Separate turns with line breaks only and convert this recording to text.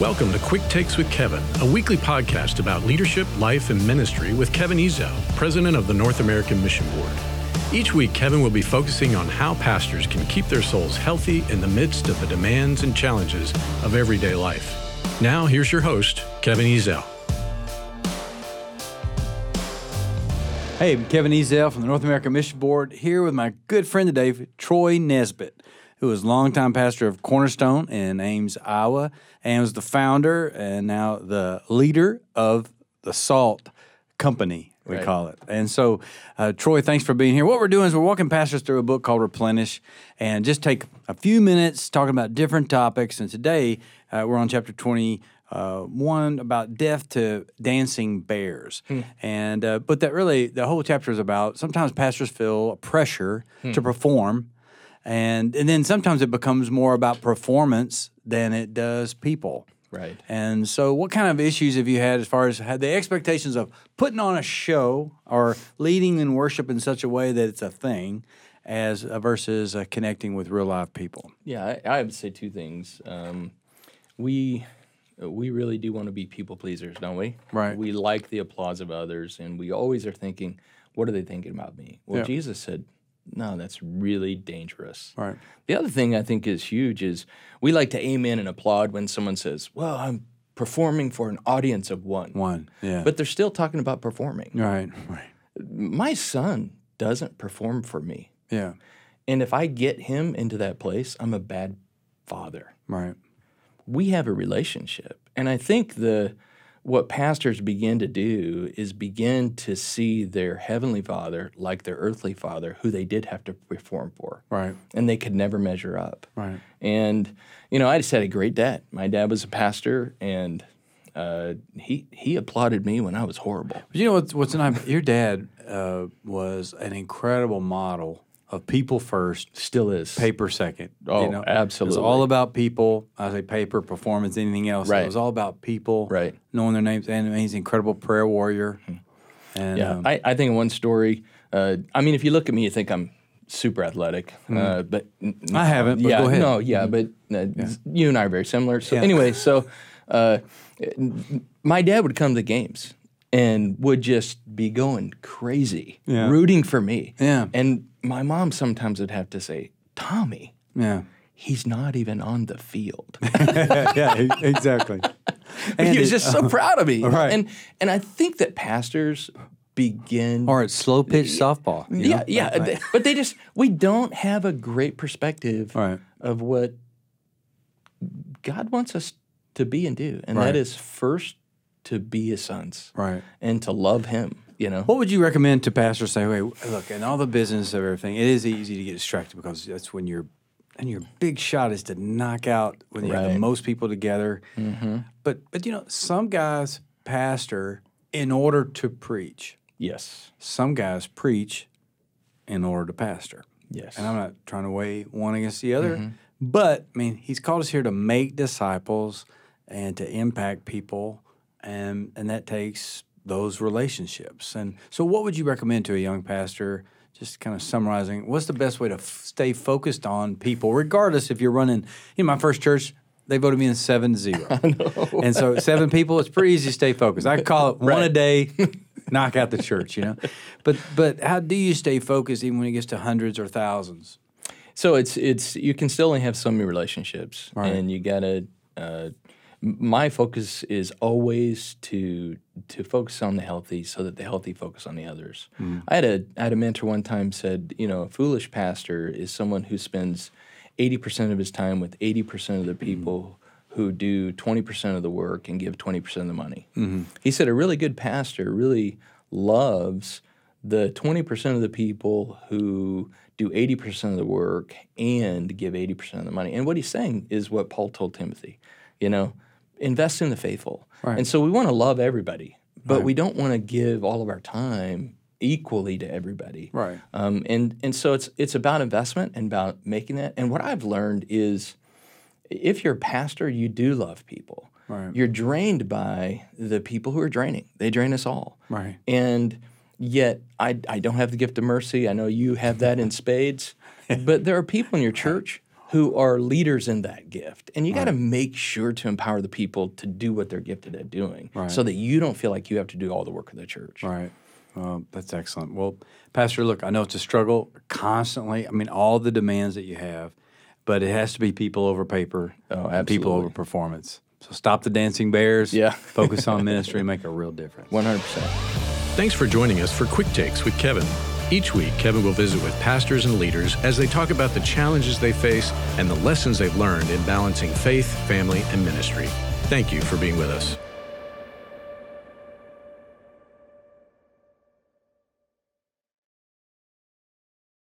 Welcome to Quick Takes with Kevin, a weekly podcast about leadership, life, and ministry with Kevin Ezo, president of the North American Mission Board. Each week, Kevin will be focusing on how pastors can keep their souls healthy in the midst of the demands and challenges of everyday life. Now, here's your host, Kevin Ezel.
Hey, I'm Kevin Ezel from the North American Mission Board here with my good friend today, Troy Nesbitt, who is longtime pastor of Cornerstone in Ames, Iowa, and was the founder and now the leader of the Salt Company, we
Right.
call it. And so, uh, Troy, thanks for being here. What we're doing is we're walking pastors through a book called Replenish and just take a few minutes talking about different topics. And today uh, we're on chapter 20 uh, one about death to dancing bears,
Hmm.
and uh, but that really the whole chapter is about. Sometimes pastors feel a pressure
Hmm.
to perform, and and then sometimes it becomes more about performance than it does people.
Right.
And so, what kind of issues have you had as far as had the expectations of putting on a show or leading in worship in such a way that it's a thing, as uh, versus uh, connecting with real live people?
Yeah, I, I would say two things. Um, we we really do want to be people pleasers, don't we?
Right.
We like the applause of others, and we always are thinking, "What are they thinking about me?" Well,
Yeah.
Jesus said, "No, that's really dangerous."
Right.
The other thing I think is huge is we like to amen and applaud when someone says, "Well, I'm performing for an audience of one,",
One. Yeah.
but they're still talking about performing.
right. Right.
My son doesn't perform for me,
Yeah.
and if I get him into that place, I'm a bad father.
Right.
we have a relationship. And I think the what pastors begin to do is begin to see their heavenly father like their earthly father who they did have to perform for
Right.
and they could never measure up.
Right.
And you know, I just had a great dad. My dad was a pastor and uh, he he applauded me when I was horrible.
But you know what's what's not, your dad uh, was an incredible model of people first,
Still is.
paper second.
Oh,
you know? It
absolutely.
was all about people. I say paper, performance, anything else. It
Right.
was all about people.
Right. Hmm.
Knowing their names. And he's an incredible prayer warrior. And
Yeah,
um,
I, I think in one story. Uh, I mean, if you look at me, you think I'm super athletic,
Mm-hmm.
uh, but n- n-
I haven't, but
yeah,
go ahead. Mm-hmm.
no, yeah, but uh, you and I are very similar. So anyway, so uh, n- my dad would come to games and would just be going crazy,
Yeah.
rooting for me.
Yeah.
and my mom sometimes would have to say, "Tommy,
yeah.
he's not even on the field."
yeah, e- exactly. And
he was
it- uh,
just so proud of me.
Right.
and and I think that pastors begin
or it's slow pitch softball. you
yeah,
know?
yeah.
Like-
th- But they just we don't have a great perspective
Right.
of what God wants us to be and do, and
Right.
that is first to be His sons
Right.
and to love Him. You know,
What would you recommend to pastors? Say, wait, look, in all the business of everything, it is easy to get distracted because that's when you're, and your big shot is to knock out when you have the
Right.
most people together. But but you know, some guys pastor in order to preach.
yes,
Some guys preach in order to pastor.
yes,
And I'm not trying to weigh one against the other, but I mean, he's called us here to make disciples and to impact people, and and that takes those relationships. And so, what would you recommend to a young pastor? Just kind of summarizing, what's the best way to f- stay focused on people, regardless if you're running? You know, my first church. They voted me in 7 0. And so, seven people, it's pretty easy to stay focused. I call it one a day, knock out the church, you know? But but how do you stay focused even when it gets to hundreds or thousands?
So it's it's you can still only have so many relationships, and you gotta. Uh, m- my focus is always to to focus on the healthy, so that the healthy focus on the others. I had a I had a mentor one time said, you know, a foolish pastor is someone who spends eighty percent of his time with eighty percent of the people. Who do 20% of the work and give 20% of the money. He said a really good pastor really loves the 20% of the people who do 80% of the work and give 80% of the money. And what he's saying is what Paul told Timothy, you know, invest in the faithful. And so we want to love everybody, but we don't want to give all of our time equally to everybody.
Right.
Um, and and so it's it's about investment and about making that. And what I've learned is if you're a pastor, you do love people.
Right.
You're drained by the people who are draining. They drain us all.
Right.
And yet, I, I don't have the gift of mercy. I know you have that in spades, but there are people in your church who are leaders in that gift. And you got to make sure to empower the people to do what they're gifted at doing so that you don't feel like you have to do all the work of the church.
Right. Well, that's excellent. Well, Pastor, look, I know it's a struggle constantly. I mean, all the demands that you have, but it has to be people over paper,
Oh,
and people over performance. So stop the dancing bears.
Yeah.
focus on ministry and make a real difference.
100%.
Thanks for joining us for Quick Takes with Kevin. Each week, Kevin will visit with pastors and leaders as they talk about the challenges they face and the lessons they've learned in balancing faith, family, and ministry. Thank you for being with us.